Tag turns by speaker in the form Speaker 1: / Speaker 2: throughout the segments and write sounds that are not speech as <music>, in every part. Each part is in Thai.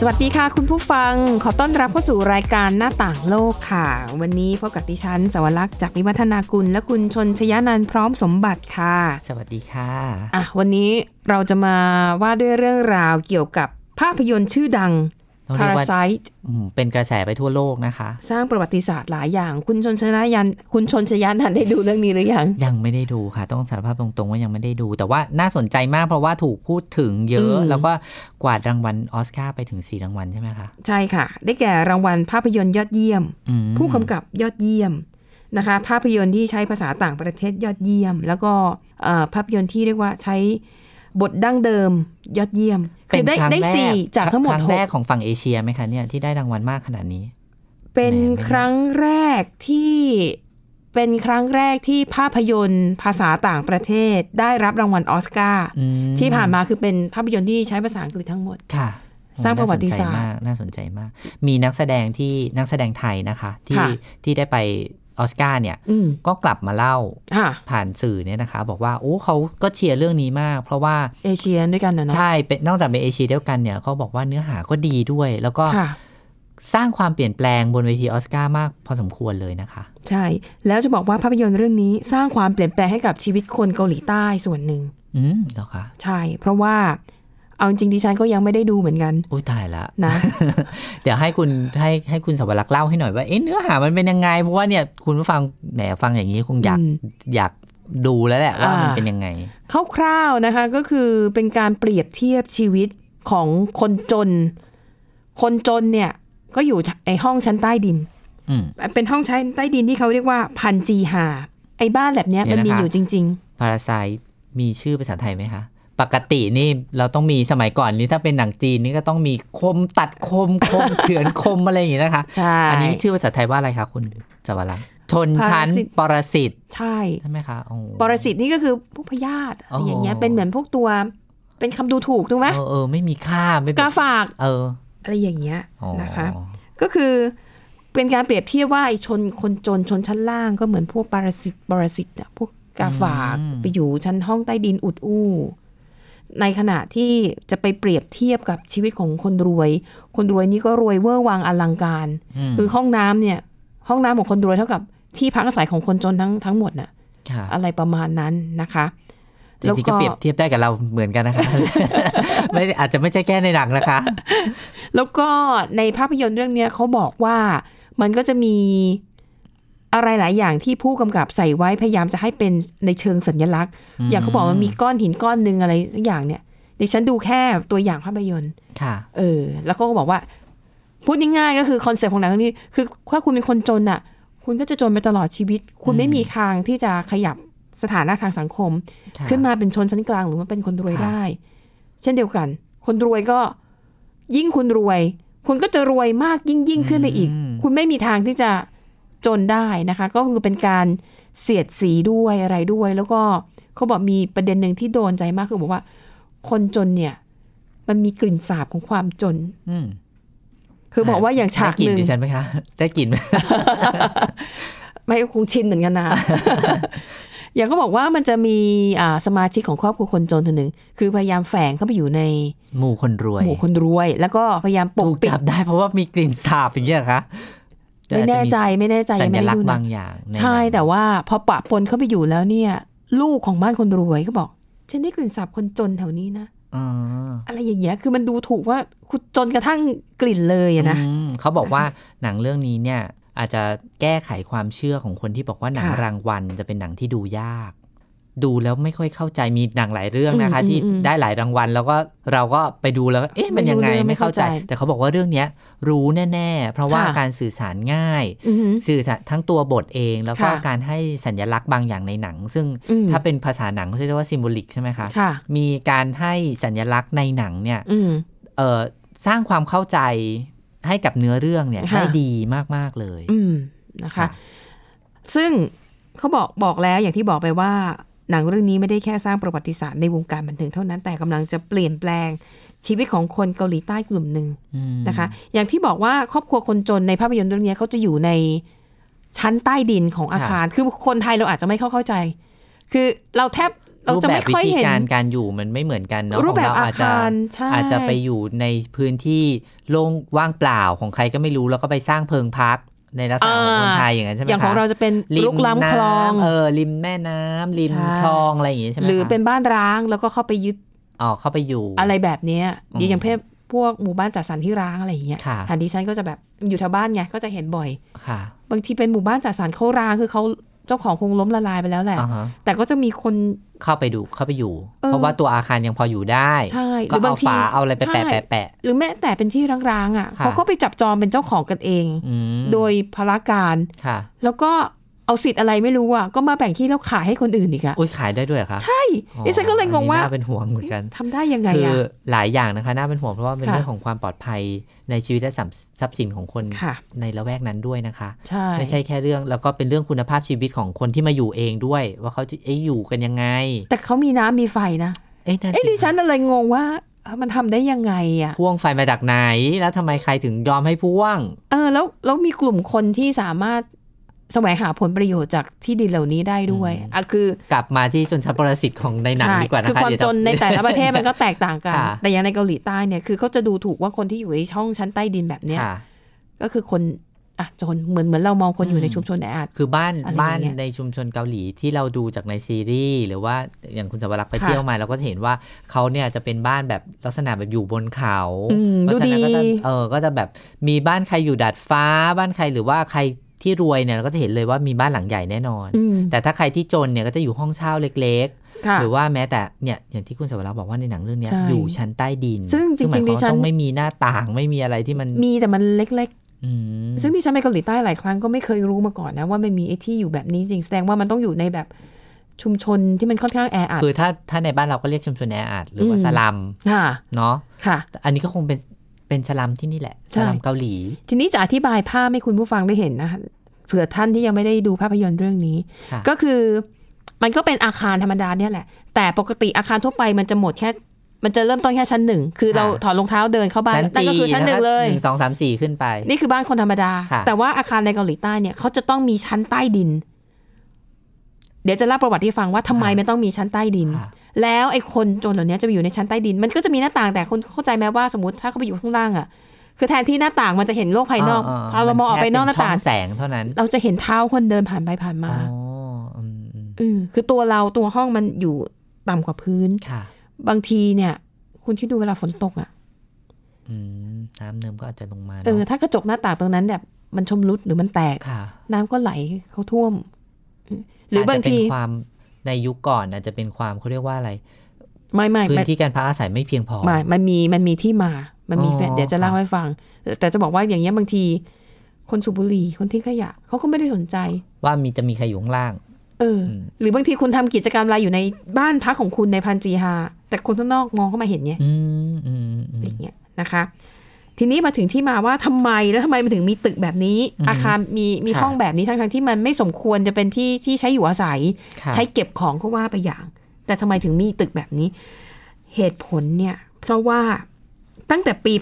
Speaker 1: สวัสดีค่ะคุณผู้ฟังขอต้อนรับเข้าสู่รายการหน้าต่างโลกค่ะ วันนี้พบกับดิฉันสวรักษ์จากวิวัฒนากุล และคุณชนชยานันท์พร้อมสมบัติค่ะ
Speaker 2: สวัสดีค่ะ
Speaker 1: อ่ะ วันนี้เราจะมาว่าด้วยเรื่องราวเกี่ยวกับภาพยนตร์ชื่อดัง
Speaker 2: เราเรียกว่า
Speaker 1: Parasite
Speaker 2: อืมเป็นกระแสไปทั่วโลกนะคะ
Speaker 1: สร้างประวัติศาสตร์หลายอย่าง คุณชนชนะยันคุณชนชยานันท์ได้ดูเรื่องนี้หรือยัง
Speaker 2: ยังไม่ได้ดูค่ะ ต้องสารภาพตรงๆว่ายังไม่ได้ดู แต่ว่าน่าสนใจมากเพราะว่าถูกพูดถึงเยอะ
Speaker 1: อืม
Speaker 2: แล้วก็กวาดรางวัลออสการ์ไปถึง 4 รางวัลใช่ไหมคะ
Speaker 1: ใช่ค่ะ ได้แก่รางวัลภาพยนตร์ยอดเยี่ยม
Speaker 2: อืม
Speaker 1: ผู้กำกับยอดเยี่ยมนะคะ ภาพยนตร์ที่ใช้ภาษาต่างประเทศยอดเยี่ยม แล้วก็เอ่อภาพยนตร์ที่เรียกว่าใช้บทดั้งเดิมยอดเยี่ยม
Speaker 2: เป็น
Speaker 1: ได้
Speaker 2: ครั้ง
Speaker 1: ได้
Speaker 2: แร
Speaker 1: สี่จากทั้งหมด
Speaker 2: ครั้
Speaker 1: ห
Speaker 2: งแร
Speaker 1: ก
Speaker 2: กของฝั่งเอเชียไหมคะเนี่ยที่ได้รางวัลมากขนาดนี้
Speaker 1: เป็น
Speaker 2: แหม่ไม่
Speaker 1: ครั้งแรกที่เป็นครั้งแรกที่ภาพยนตร์ภาษาต่างประเทศได้รับรางวัลออสการ์
Speaker 2: อืม
Speaker 1: ที่ผ่านมาคือเป็นภาพยนตร์ที่ใช้ภาษาอังกฤษทั้งหมด
Speaker 2: ค่ะ
Speaker 1: สร้างประวัติศาสตร์
Speaker 2: น่นใจมกน่าสนใจมาก มีนักแสดงที่นักแสดงไทยนะคะที่
Speaker 1: ค่ะ
Speaker 2: ที่ได้ไปออสการ์เนี่ย
Speaker 1: อืม
Speaker 2: ก็กลับมาเล่า
Speaker 1: ค่ะ
Speaker 2: ผ่านสื่อเนี่ยนะคะ บอกว่าโอ้เขาก็เชียร์เรื่องนี้มาก เพราะว่า
Speaker 1: เอเชียด้วยกันนะเนาะ
Speaker 2: ใช่เป็นนอกจากเป็นเอเชียเดียวกันเนี่ยเขาบอกว่าเนื้อหาก็ดีด้วย แล้วก็
Speaker 1: ค่ะ
Speaker 2: สร้างความเปลี่ยนแปลงบนเวทีออสการ์มากพอสมควรเลยนะคะ
Speaker 1: ใช่ แล้วจะบอกว่าภาพยนตร์เรื่องนี้สร้างความเปลี่ยนแปลงให้กับชีวิตคนเกาหลีใต้ส่วนหนึ่ง
Speaker 2: อืมเหรอคะ
Speaker 1: ใช่ เพราะว่าเอาจริงๆดิฉันก็ยังไม่ได้ดูเหมือนกัน
Speaker 2: อุ้ยตายละ
Speaker 1: นะ
Speaker 2: <laughs> เดี๋ยวให้คุณให้ให้คุณสวรักษ์เล่าให้หน่อยว่าเอ๊ะเนื้อหามันเป็นยังไง เพราะว่าเนี่ยคุณผู้ฟังแหมฟังอย่างนี้คงอยาก
Speaker 1: อืม
Speaker 2: อยากดูแล้วแหละว่ามัน
Speaker 1: อ่า
Speaker 2: เป็นยังไง
Speaker 1: คร่าวๆนะคะก็คือเป็นการเปรียบเทียบชีวิตของคนจน คนจนเนี่ยก็อยู่ในห้องชั้นใต้ดิน
Speaker 2: อืม
Speaker 1: เป็นห้องชั้นใต้ดินที่เขาเรียกว่าพันจีหา ไอ้บ้านแบบเนี้ย
Speaker 2: เดี๋
Speaker 1: มัน
Speaker 2: ยวนะคะ
Speaker 1: มีอยู่จริง
Speaker 2: พาราไซมีชื่อภาษาไทยไหมคะ ปกตินี่เราต้องมีสมัยก่อนนี่ถ้าเป็นหนังจีนนี่ก็ต้องมีคมตัดคมคม เฉือนคมอะไรอย่างงี้นะคะ
Speaker 1: ๆ ใช่
Speaker 2: อันนี้ชื่อภาษาไทยว่าอะไรคะคุณจวรังชนชั้น
Speaker 1: ปรสิต
Speaker 2: ปรสิต
Speaker 1: ใช่
Speaker 2: ใช่ไหมคะโอ้
Speaker 1: ปรสิตนี่ก็คือพวกพยาธิอะไรอย่างเงี้ย
Speaker 2: อ๋อ
Speaker 1: เป็นเหมือนพวกตัวเป็นคำดูถูกถูกไหม
Speaker 2: เออเออไม่มีค่าไม่เป็น
Speaker 1: กาฝาก
Speaker 2: เออ
Speaker 1: อะไรอย่างเงี้ย
Speaker 2: อ๋อ
Speaker 1: นะคะ ก็คือเป็นการเปรียบเทียบว่าไอ้ชนคนจนชนชั้นล่างก็เหมือนพวกปรสิตปรสิตอะพวกกาฝากไปอยู่ชั้นห้องใต้ดินอุดอู้ ในขณะที่จะไปเปรียบเทียบกับชีวิตของคนรวย คนรวยนี่ก็รวยเวอร์วังอลังการ
Speaker 2: ม
Speaker 1: คือห้องน้ำเนี่ย ห้องน้ำของคนรวยเท่ากับที่พักอาศัยของคนจนทั้งทั้งหมดน่ะ
Speaker 2: ค่ะ
Speaker 1: อะไรประมาณนั้นนะคะ
Speaker 2: จริงๆก็เปรียบเทียบได้กับเราเหมือนกัน
Speaker 1: <laughs>
Speaker 2: นะคะ ไม่อาจจะไม่ใช่แค่ในหนังนะคะ
Speaker 1: แล้วก็ในภาพยนตร์เรื่องเนี้ยเขาบอกว่ามันก็จะมีอะไรหลายอย่างที่ผู้กำกับใส่ไว้พยายามจะให้เป็นในเชิงสัญลักษณ์ อย่างเขาบอกมันมีก้อนหินก้อนหนึ่งอะไรสักอย่างเนี่ยดิฉันดูแค่ตัวอย่างภาพยนตร์
Speaker 2: ค่ะ
Speaker 1: เออ แล้วก็บอกว่า พูดง่ายๆก็คือคอนเซ็ปต์ของหนังเรื่องนี้คือถ้าคุณเป็นคนจนอ่ะ คุณก็จะจนไปตลอดชีวิต คุณไม่มีทางที่จะขยับสถานะทางสังคม
Speaker 2: ค่ะ
Speaker 1: ขึ้นมาเป็นชนชั้นกลางหรือว่าเป็นคนรวย
Speaker 2: ค่ะ
Speaker 1: ได้ เช่นเดียวกัน คนรวยก็ยิ่งคุณรวย คุณก็จะรวยมากยิ่งยิ่งขึ้นไปอีก คุณไม่มีทางที่จะจนได้นะคะ ก็คือเป็นการเสียดสีด้วยอะไรด้วย แล้วก็เขาบอกมีประเด็นหนึ่งที่โดนใจมากคือบอกว่า คนจนเนี่ย มันมีกลิ่นสาบของความจน
Speaker 2: อืม
Speaker 1: คือบอกว่าอย่างฉากห
Speaker 2: ได้กลิ่
Speaker 1: นึ่
Speaker 2: น
Speaker 1: ง
Speaker 2: ดิฉันไหมคะได้กลิ่นไหม
Speaker 1: ไม่คงชินเหมือนกันนะ <laughs> อย่างเขาบอกว่ามันจะมีอ่าสมาชิกของครอบครัวคนจนคนหนึ่งคือพยายามแฝงเข้าไปอยู่ใน
Speaker 2: หมู่คนรวย
Speaker 1: หมู่คนรวย แล้วก็พยายามปก
Speaker 2: ถูก
Speaker 1: ปิด
Speaker 2: จับได้เพราะว่ามีกลิ่นสาบอย่างเงี้ยเหรอคะ
Speaker 1: ไม่แน่ใจไม่แน่ใจ
Speaker 2: สั
Speaker 1: ยัง
Speaker 2: ญ
Speaker 1: ไม่ได้
Speaker 2: ลัก
Speaker 1: ดู
Speaker 2: ษณ์
Speaker 1: นะ
Speaker 2: บางอย่างน
Speaker 1: ใช่
Speaker 2: นั้น
Speaker 1: แต่ว่าพอปะปนเข้าไปอยู่แล้วเนี่ย ลูกของบ้านคนรวยก็บอก ฉันได้กลิ่นสาบคนจนแถวนี้นะ
Speaker 2: อ๋อ
Speaker 1: อะไรอย่างเงี้ยคือมันดูถูกว่าคุณจนกระทั่งกลิ่นเลยอะนะ
Speaker 2: อืมเขาบอกว่า <laughs> หนังเรื่องนี้เนี่ยอาจจะแก้ไขความเชื่อของคนที่บอกว่าหนัง
Speaker 1: ค่ะ
Speaker 2: รางวัลจะเป็นหนังที่ดูยาก ดูแล้วไม่ค่อยเข้าใจมีหนังหลายเรื่องนะคะ
Speaker 1: อืม
Speaker 2: ที่
Speaker 1: อืมอืม
Speaker 2: ได้หลายรางวัล แล้วก็เราก็ไปดูแล้วก็เอ๊ะมันยังไง
Speaker 1: ไม่รู้เรื่อง
Speaker 2: ไม่เข้าใจ
Speaker 1: ไม่เข้าใจ
Speaker 2: แต่เขาบอกว่าเรื่องเนี้ยรู้แน่ๆ เพราะว่า
Speaker 1: ค่ะ
Speaker 2: การสื่อสารง่าย
Speaker 1: อือหือ
Speaker 2: สื่อสารทั้งตัวบทเอง แล้วก็
Speaker 1: ค่ะ
Speaker 2: การให้สัญลักษณ์บางอย่างในหนัง ซึ่ง
Speaker 1: อืม
Speaker 2: ถ้าเป็นภาษาหนังเขาเรียกว่าซิมโบลิกใช่ไหมคะ
Speaker 1: ค่ะ
Speaker 2: มีการให้สัญลักษณ์ในหนังเนี่ย
Speaker 1: อืม
Speaker 2: เอ่อสร้างความเข้าใจให้กับเนื้อเรื่องเนี่ย
Speaker 1: ค่ะ
Speaker 2: ได้ดีมาก ๆ เลย
Speaker 1: อืมนะคะ ซึ่งเขาบอกบอกแล้วอย่างที่บอกไปว่า หนังเรื่องนี้ไม่ได้แค่สร้างประวัติศาสตร์ในวงการบันเทิงเท่านั้นแต่กำลังจะเปลี่ยนแปลงชีวิตของคนเกาหลีใต้กลุ่มหนึ่ง
Speaker 2: อืม
Speaker 1: นะคะอย่างที่บอกว่าครอบครัวคนจนในภาพยนตร์เรื่องนี้เขาจะอยู่ในชั้นใต้ดินของอาคาร คือคนไทยเราอาจจะไม่เข้าเข้าใจ คือเราแทบเรา
Speaker 2: รูป
Speaker 1: จะ
Speaker 2: แบ
Speaker 1: ไม่
Speaker 2: บวิ
Speaker 1: ค่อย
Speaker 2: ธี
Speaker 1: เห็น
Speaker 2: การการอยู่มันไม่เหมือนกันเนาะ
Speaker 1: รูปแบบ
Speaker 2: ขงเ
Speaker 1: อาคารใช่
Speaker 2: อาจจะไปอยู่ในพื้นที่โล่งว่างเปล่าของใครก็ไม่รู้แล้วก็ไปสร้างเพิงพักในลักษณะของคนไทยอย่างนั้นใช่ไหม
Speaker 1: อย่างของ
Speaker 2: คะ
Speaker 1: เราจะเป็น
Speaker 2: ริม
Speaker 1: ลุกล้ำคลอง
Speaker 2: น้ำเออริมแม่น้ำริม
Speaker 1: ใช่
Speaker 2: คลองอะไรอย่างงี้ใช่ไหม
Speaker 1: หรือ
Speaker 2: คะ
Speaker 1: เป็นบ้านร้างแล้วก็เข้าไปยึด
Speaker 2: อ๋อเข้าไปอยู่
Speaker 1: อะไรแบบเนี้ย
Speaker 2: อืม
Speaker 1: เดี๋ยวอย่างเพศพวกหมู่บ้านจัดสรรที่ร้างอะไรอย่างเงี้ย
Speaker 2: ค่ะ
Speaker 1: อันดิฉันก็จะแบบอยู่แถวบ้านไงก็จะเห็นบ่อย
Speaker 2: ค่ะ
Speaker 1: บางทีเป็นหมู่บ้านจัดสรรเขาร้างคือเขาเจ้าของคงล้มละลายไปแล้วแหละ
Speaker 2: อ่าฮะ
Speaker 1: แต่ก็จะมีคน
Speaker 2: เข้าไปดูเข้าไปอยู่
Speaker 1: เออ
Speaker 2: เพราะว่าตัวอาคารยังพออยู่ได้
Speaker 1: ใช่ห
Speaker 2: ก็
Speaker 1: รือบา
Speaker 2: เอา
Speaker 1: งที
Speaker 2: ฝาเอาอะไรไปแปะ
Speaker 1: ใช่
Speaker 2: แปะแปะ
Speaker 1: หรือแม้แต่เป็นที่ร้างๆอ่ะ
Speaker 2: ค่ะ
Speaker 1: เขาก็ไปจับจองเป็นเจ้าของกันเอง
Speaker 2: อืม
Speaker 1: โดยพละการ
Speaker 2: ค่ะ
Speaker 1: แล้วก็เอาสิทธิ์อะไรไม่รู้อ่ะก็มาแบ่งที่แล้วขายให้คนอื่นอีกอ่ะ
Speaker 2: อุ้ยขายได้ด้วยเหรอคะ
Speaker 1: ใช่
Speaker 2: อ๋อ
Speaker 1: ดิฉันก็เลยงงว่า
Speaker 2: อันนี้น่เป็นห่วงเหมือนกัน
Speaker 1: ทำได้ยังไง
Speaker 2: คือ
Speaker 1: อ่ะ
Speaker 2: หลายอย่างนะคะน่าเป็นห่วงเพราะว่าเป็น
Speaker 1: ค่ะ
Speaker 2: เรื่องของความปลอดภัยในชีวิตและทรัพย์ทรัพย์สินของคน
Speaker 1: ค่ะ
Speaker 2: ในละแวกนั้นด้วยนะคะ
Speaker 1: ใช่
Speaker 2: ไม่ใช่แค่เรื่องแล้วก็เป็นเรื่องคุณภาพชีวิตของคนที่มาอยู่เองด้วย ว่าเขาจะเอ๊ะอยู่กันยังไง
Speaker 1: แต่เขามีน้ำมีไฟนะ
Speaker 2: เอ๊ะนั่น
Speaker 1: เอ้
Speaker 2: สิ
Speaker 1: ดิฉันอะไรงงว่าเอ้ามันทำได้ยังไงอ่ะ
Speaker 2: พ่วงไฟมาจากไหน แล้วทำไมใครถึงยอมให้พ่วง
Speaker 1: เออแล้วแล้วมีกลุ่มคนที่สามารถแสวงหาผลประโยชน์จากที่ดินเหล่านี้ได้ด้วย
Speaker 2: อืม
Speaker 1: อ่ะคือก
Speaker 2: ลับมาที่ชนชั้นปรสิตของในหนัง
Speaker 1: ใช่
Speaker 2: ดีกว่านะคะ
Speaker 1: คือความ
Speaker 2: เดี๋ย
Speaker 1: จนในแต่ละประเทศมันก็แตกต่างกัน
Speaker 2: ค่ะ
Speaker 1: แต่อย่างในเกาหลีใต้เนี่ยคือเขาจะดูถูกว่าคนที่อยู่ในช่องชั้นใต้ดินแบบเนี้ย
Speaker 2: ค่ะ
Speaker 1: ก็คือคนอ่ะจนเหมือนเหมือนเรามองคนอยู่
Speaker 2: อืม
Speaker 1: ในชุมชนแออัด
Speaker 2: คือบ้าน
Speaker 1: อะไร
Speaker 2: บ้าน
Speaker 1: อย่างเงี้ย
Speaker 2: ในชุมชนเกาหลีที่เราดูจากในซีรีส์หรือว่าอย่างคุณสวรักษ์ไป
Speaker 1: ค่ะ
Speaker 2: เที่ยวมาเราก็จะเห็นว่าเขาเนี่ยจะเป็นบ้านแบบลักษณะแบบอยู่บนเขา
Speaker 1: อืม
Speaker 2: เพราะฉะ
Speaker 1: ดู
Speaker 2: นั้นก็
Speaker 1: ดี
Speaker 2: จะเออก็จะแบบมีบ้านใครอยู่ดาดฟ้า บ้านใครหรือว่าใครที่รวยเนี่ยเราก็จะเห็นเลยว่ามีบ้านหลังใหญ่แน่นอน
Speaker 1: อืม
Speaker 2: แต่ถ้าใครที่จนเนี่ยก็จะอยู่ห้องเช่าเล็ก ๆ
Speaker 1: ค่ะ
Speaker 2: หรือว่าแม้แต่เนี่ยอย่างที่คุณสวรักษ์บอกว่าในหนังเรื่องเนี้ย
Speaker 1: ใช่
Speaker 2: อยู่ชั้นใต้ดิน
Speaker 1: ซึ่งจริงๆ
Speaker 2: หมายความ
Speaker 1: ดิฉัน
Speaker 2: ว่าต้องไม่มีหน้าต่างไม่มีอะไรที่มัน
Speaker 1: มีแต่มันเล็ก
Speaker 2: อืม
Speaker 1: ๆ ซึ่งที่ฉันไปเกาหลีใต้หลายครั้งก็ไม่เคยรู้มาก่อนนะว่ามันมีไอ้ที่อยู่แบบนี้จริงแสดงว่ามันต้องอยู่ในแบบชุมชนที่มันค่อนข้างแออัด
Speaker 2: คือถ้าถ้าในบ้านเราก็เรียกชุมชนแออัดหรือว่า
Speaker 1: อืม
Speaker 2: สลัม
Speaker 1: ค่ะ
Speaker 2: เนาะ
Speaker 1: ค่ะ
Speaker 2: แต่อันนี้ก็คงเป็นเป็นสลัมที่นี่แหละ
Speaker 1: ใช่
Speaker 2: สลัมเกาหลี
Speaker 1: ทีนี้จะอธิบายภาพให้คุณผู้ฟังได้เห็นนะคะเผื่อท่านที่ยังไม่ได้ดูภาพยนตร์เรื่องนี้
Speaker 2: ค่ะ
Speaker 1: ก็คือมันก็เป็นอาคารธรรมดาเนี่ยแหละ แต่ปกติอาคารทั่วไปมันจะหมดแค่ มันจะเริ่มต้นแค่ชั้นหนึ่งคือเราถอดรองเท้าเดินเข้าบ้านนั่นก็คือชั้นหนึ่งเลย
Speaker 2: หนึ่งสองสามสี่ขึ้นไป
Speaker 1: นี่คือบ้านคนธรรมดา
Speaker 2: ค่ะ
Speaker 1: แต่ว่าอาคารในเกาหลีใต้เนี่ยเขาจะต้องมีชั้นใต้ดิน เดี๋ยวจะเล่าประวัติให้ฟังว่าทำไมมันต้องมีชั้นใต้ดิน
Speaker 2: ค่ะ
Speaker 1: แล้วไอ้คนจนเหล่านี้จะไปอยู่ในชั้นใต้ดิน มันก็จะมีหน้าต่างแต่คนเข้าใจไหมว่าสมมติถ้าเขาไปอยู่ข้างล่างอ่ะ คือแทนที่หน้าต่างมันจะเห็นโลกภายนอกพอเรามองออกไปนอกหน้าต่าง
Speaker 2: มัแค่เป็ช่อแสงเท่านั้น
Speaker 1: เราจะเห็นเท้าคนเดินผ่านไปผ่านมา
Speaker 2: อ๋ออืมอืม
Speaker 1: เออคือตัวเราตัวห้องมันอยู่ต่ำกว่าพื้น
Speaker 2: ค่ะ
Speaker 1: บางทีเนี่ย คุณคิดดูเวลาฝนตกอ่ะ
Speaker 2: อืมน้ำเนิมก็อาจจะลงมา
Speaker 1: เออ
Speaker 2: เนาะ
Speaker 1: ถ้ากระจกหน้าต่างตรงนั้นแบบมันชมรุดหรือมันแตก
Speaker 2: ค่ะ
Speaker 1: น้ำก็ไหลเขาท่วม หรือบาง
Speaker 2: จจะ
Speaker 1: ที
Speaker 2: เป็นความในยุคก่อนอาจจะเป็นความเขาเรียกว่าอะไร
Speaker 1: ไม่ไม่
Speaker 2: พื้
Speaker 1: ไม่
Speaker 2: นที่การพักอาศัยไม่เพียงพอ
Speaker 1: ไม่มันมีมันมีที่มา มันมี
Speaker 2: อ๋อ
Speaker 1: เดี๋ยวจะเล่าให้ฟัง แต่จะบอกว่าอย่างเงี้ยบางที คนสูบบุหรี่คนทิ้งขยะเขาก็ไม่ได้สนใจ
Speaker 2: ว่ามีจะมีใครอยู่ข้างล่าง
Speaker 1: เอออ
Speaker 2: ม
Speaker 1: หรือบางทีคุณทำกิจกรรมอะไรอยู่ในบ้านพักของคุณในพันจีฮาแต่คนข้างนอกมองเข้ามาเห็นไง
Speaker 2: อืมอืมอื
Speaker 1: อะ
Speaker 2: ม
Speaker 1: ไรอย่างเงี้ยนะคะ ทีนี้มาถึงที่มาว่าทำไมแล้วทำไมมันถึงมีตึกแบบนี้
Speaker 2: อืม
Speaker 1: อาคารมีมี
Speaker 2: ค่ะ
Speaker 1: ห้องแบบนี้ทั้งๆที่มันไม่สมควรจะเป็นที่ที่ใช้อยู่อาศัย
Speaker 2: ค่ะ
Speaker 1: ใช้เก็บของก็ว่าไปอย่าง แต่ทำไมถึงมีตึกแบบนี้ เหตุผลเนี่ย เพราะว่าตั้งแต่ปี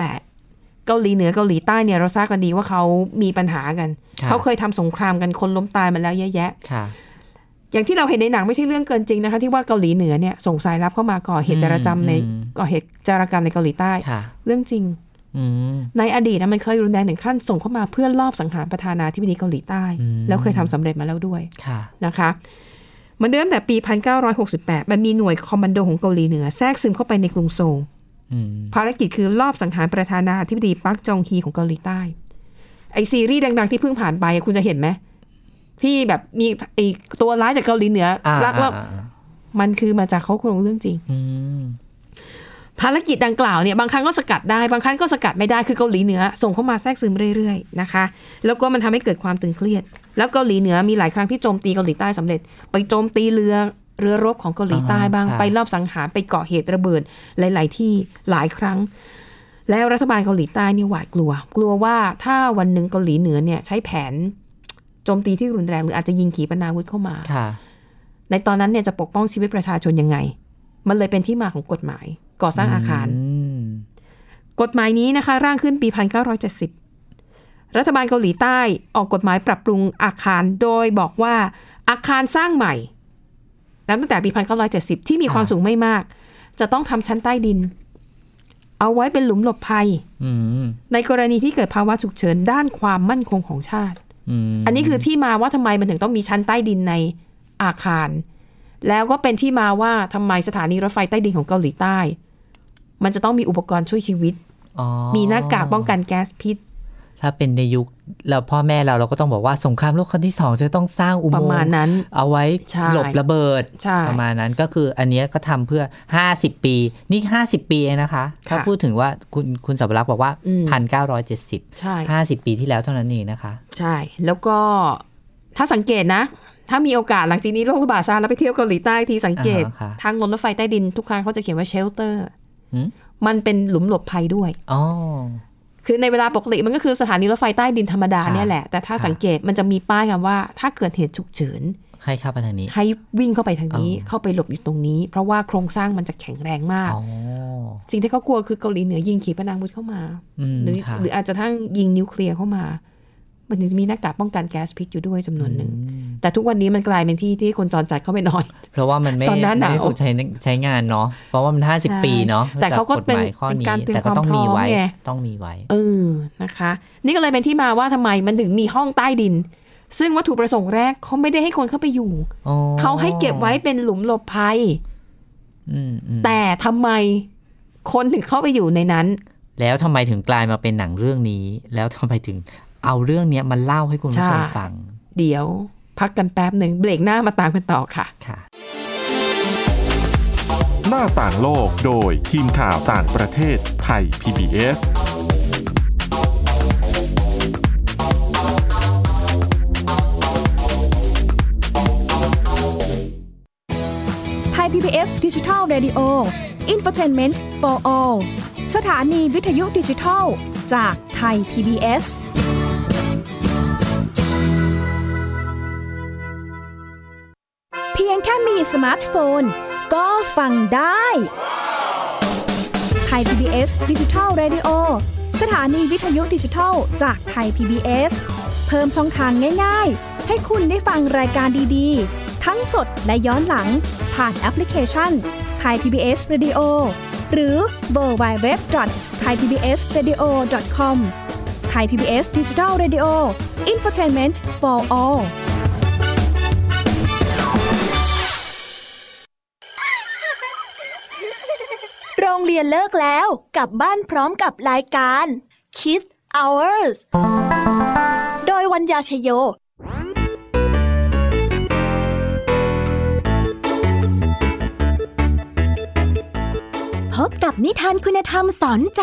Speaker 1: 1968 เกาหลีเหนือเกาหลีใต้เนี่ยเราทราบกันดีว่าเขามีปัญหากัน
Speaker 2: ค่ะ
Speaker 1: เขาเคยทำสงครามกันคนล้มตายมาแล้วเยอะแยะ
Speaker 2: ค่ะ
Speaker 1: อย่างที่เราเห็นในหนังไม่ใช่เรื่องเกินจริงนะคะ ที่ว่าเกาหลีเหนือเนี่ยส่งสายลับเข้ามาก่อเหตุจารกรรมใน
Speaker 2: อืม
Speaker 1: ก่อเหตุจารกรรมในเกาหลีใต้
Speaker 2: ค่ะ
Speaker 1: เรื่องจริง
Speaker 2: อืม
Speaker 1: ในอดีตนะมันเคยรุนแรงถึงขั้นส่งเข้ามาเพื่อลอบสังหารประธานาธิบดีเกาหลีใต้
Speaker 2: อืม
Speaker 1: แล้วเคยทำสำเร็จมาแล้วด้วย
Speaker 2: ค่ะ
Speaker 1: นะคะมันเริ่มแต่ปี 1968 มันมีหน่วยคอมมานโดของเกาหลีเหนือแทรกซึมเข้าไปในกรุงโซล
Speaker 2: อืม
Speaker 1: ภารกิจคือลอบสังหารประธานาธิบดีปักจองฮีของเกาหลีใต้ ไอซีรีส์ดังๆที่เพิ่งผ่านไปคุณจะเห็นไหม ที่แบบมีไอตัวร้ายจากเกาหลีเหนือ
Speaker 2: อ่า
Speaker 1: ลักลอบ
Speaker 2: อ่าอ่า
Speaker 1: มันคือมาจากเขาโครงเรื่องจริง
Speaker 2: อืม
Speaker 1: ภารกิจดังกล่าวเนี่ยบางครั้งก็สกัดได้บางครั้งก็สกัดไม่ได้คือเกาหลีเหนือ ส่งเข้ามาแทรกซึมเรื่อยๆนะคะ แล้วก็มันทำให้เกิดความตึงเครียด แล้วเกาหลีเหนือมีหลายครั้งที่โจมตีเกาหลีใต้สำเร็จ ไปโจมตีเรือเรือรบของเกาหลีใต้
Speaker 2: อ่าฮะ
Speaker 1: บ้าง
Speaker 2: ค่ะ
Speaker 1: ไปรอบสังหารไปก่อเหตุระเบิดหลาย ๆ ที่หลายครั้ง แล้วรัฐบาลเกาหลีใต้เนี่ยหวาดกลัว กลัวว่าถ้าวันหนึ่งเกาหลีเหนือเนี่ยใช้แผนโจมตีที่รุนแรงหรืออาจจะยิงขีปนาวุธเข้ามา
Speaker 2: ค่ะ
Speaker 1: ในตอนนั้นเนี่ยจะปกป้องชีวิตประชาชนยังไง มันเลยเป็นที่มาของกฎหมาย ก่อสร้างอาคาร
Speaker 2: อืม
Speaker 1: กฎหมายนี้นะคะ ร่างขึ้นปี 1970 รัฐบาลเกาหลีใต้ออกกฎหมายปรับปรุงอาคารโดยบอกว่าอาคารสร้างใหม่นับตั้งแต่ปี 1970 ที่มีความสูงไม่มาก จะต้องทำชั้นใต้ดิน เอาไว้เป็นหลุมหลบภัย
Speaker 2: อืม
Speaker 1: ในกรณีที่เกิดภาวะฉุกเฉินด้านความมั่นคงของชาติ
Speaker 2: อืม
Speaker 1: อันนี้คือที่มาว่าทำไมมันถึงต้องมีชั้นใต้ดินในอาคาร แล้วก็เป็นที่มาว่าทำไมสถานีรถไฟใต้ดินของเกาหลีใต้ มันจะต้องมีอุปกรณ์ช่วยชีวิต
Speaker 2: อ๋อ
Speaker 1: มีหน้ากากป้องกันแก๊สพิษ
Speaker 2: ถ้าเป็นในยุคเราพ่อแม่เราเราก็ต้องบอกว่าสงครามโลกครั้งที่สองจะต้องสร้างอุ
Speaker 1: ป
Speaker 2: โม
Speaker 1: ระ
Speaker 2: ง
Speaker 1: มาณ
Speaker 2: ค์
Speaker 1: นั้น
Speaker 2: เอาไว้
Speaker 1: ใช่
Speaker 2: หลบระเบิด
Speaker 1: ใช่
Speaker 2: ประมาณนั้นก็คืออันเนี้ยก็ทำเพื่อ 50 ปีนี่ 50 ปีเองนะคะ ถ้า
Speaker 1: ค่ะ
Speaker 2: พูดถึงว่าคุณคุณสับรักษ์บอกว่า
Speaker 1: อืม
Speaker 2: 1970
Speaker 1: ใช่
Speaker 2: 50 ปีที่แล้วเท่านั้นเองนะคะ
Speaker 1: ใช่ แล้วก็ถ้าสังเกตนะ ถ้ามีโอกาสหลังจากนี้โรคระบาดซาแล้วไปเที่ยวเกาหลีใต้ทีสังเกต
Speaker 2: อ่าฮะค่ะ
Speaker 1: ทางรถไฟใต้ดินทุกครั้งเขาจะเขียนว่าเชลเตอร์
Speaker 2: หืม
Speaker 1: มันเป็นหลุมหลบภัยด้วย
Speaker 2: อ๋อ
Speaker 1: คือในเวลาปกติมันก็คือสถานีรถไฟใต้ดินธรรมดา
Speaker 2: ค่ะ
Speaker 1: เนี่ยแหละ แต่ถ้า
Speaker 2: ค่ะ
Speaker 1: สังเกตมันจะมีป้ายกันว่า ถ้าเกิดเหตุฉุกเฉิน
Speaker 2: ใครเข้าไปทางนี้
Speaker 1: ให้วิ่งเข้าไปทางนี้เข้าไปหลบอยู่ตรงนี้ เพราะว่าโครงสร้างมันจะแข็งแรงมาก
Speaker 2: อ๋อ
Speaker 1: สิ่งที่เขากลัวคือเกาหลีเหนือยิงขีปนาวุธเข้ามา
Speaker 2: อืม
Speaker 1: หรือ
Speaker 2: ค่ะ
Speaker 1: หรืออาจจะทั้งยิงนิวเคลียร์เข้ามา มันถึงจะมีหน้ากากป้องกันแก๊สพิษอยู่ด้วยจำนวนหนึ่ง แต่ทุกวันนี้มันกลายเป็นที่ที่คนจรจัดเข้าไปน <laughs> อน
Speaker 2: เพราะว่ามันไม่
Speaker 1: ตอนหน้าหนาว
Speaker 2: ไม่ถูกใช้ใช้งานเนาะเพราะว่ามัน
Speaker 1: ใช่
Speaker 2: 50 ปีเนาะ
Speaker 1: แต่เขาก็เป็น
Speaker 2: ฎหมยข้อ
Speaker 1: เป็น
Speaker 2: นี้
Speaker 1: การเตรียม
Speaker 2: แต่ก็ต้องมีไว้
Speaker 1: ความพร้อมไง
Speaker 2: ต้องมีไว้
Speaker 1: เออนะคะ นี่ก็เลยเป็นที่มาว่าทำไมมันถึงมีห้องใต้ดิน ซึ่งวัตถุประสงค์แรกเขาไม่ได้ให้คนเข้าไปอยู่
Speaker 2: อ๋อ
Speaker 1: เขาให้เก็บไว้เป็นหลุมหลบภัย
Speaker 2: อืมอืม
Speaker 1: แต่ทำไมคนถึงเข้าไปอยู่ในนั้น
Speaker 2: แล้วทำไมถึงกลายมาเป็นหนังเรื่องนี้ แล้วทำไมถึงเอาเรื่องเนี้ยมาเล่าให้คุณผู้ชม
Speaker 1: ใช่
Speaker 2: ฟัง
Speaker 1: เดี๋ยวพักกันแป๊บหนึ่งเบรกหน้ามาตามกันต่อค่ะ
Speaker 2: ค่ะ
Speaker 3: หน้าต่างโลกโดยทีมข่าวต่างประเทศไทย PBS
Speaker 4: ไทย PBS ดิจิทัล Radio Infotainment for All สถานีวิทยุดิจิทัล จากไทย PBS เพียงแค่มีสมาร์ทโฟน ก็ฟังได้ไทย PBS ดิจิทัล Radio สถานีวิทยุดิจิทัล จากไทย PBS เพิ่มช่องทางง่าย ๆ ให้คุณได้ฟังรายการดีๆ ทั้งสดและย้อนหลัง ผ่านแอปพลิเคชันไทย PBS Radio หรือเวอร์ไบเว็บไทยพีบีเอสเรดิโอคอมไทยพีบีเอสดิจิทัลเรดิโออินฟอร์ทนเมนต์ for all
Speaker 5: โรงเรียนเลิกแล้วกลับบ้านพร้อมกับรายการ Kids Hours โดยวัญญาชยโย
Speaker 6: พบกับนิทานคุณธรรมสอนใจ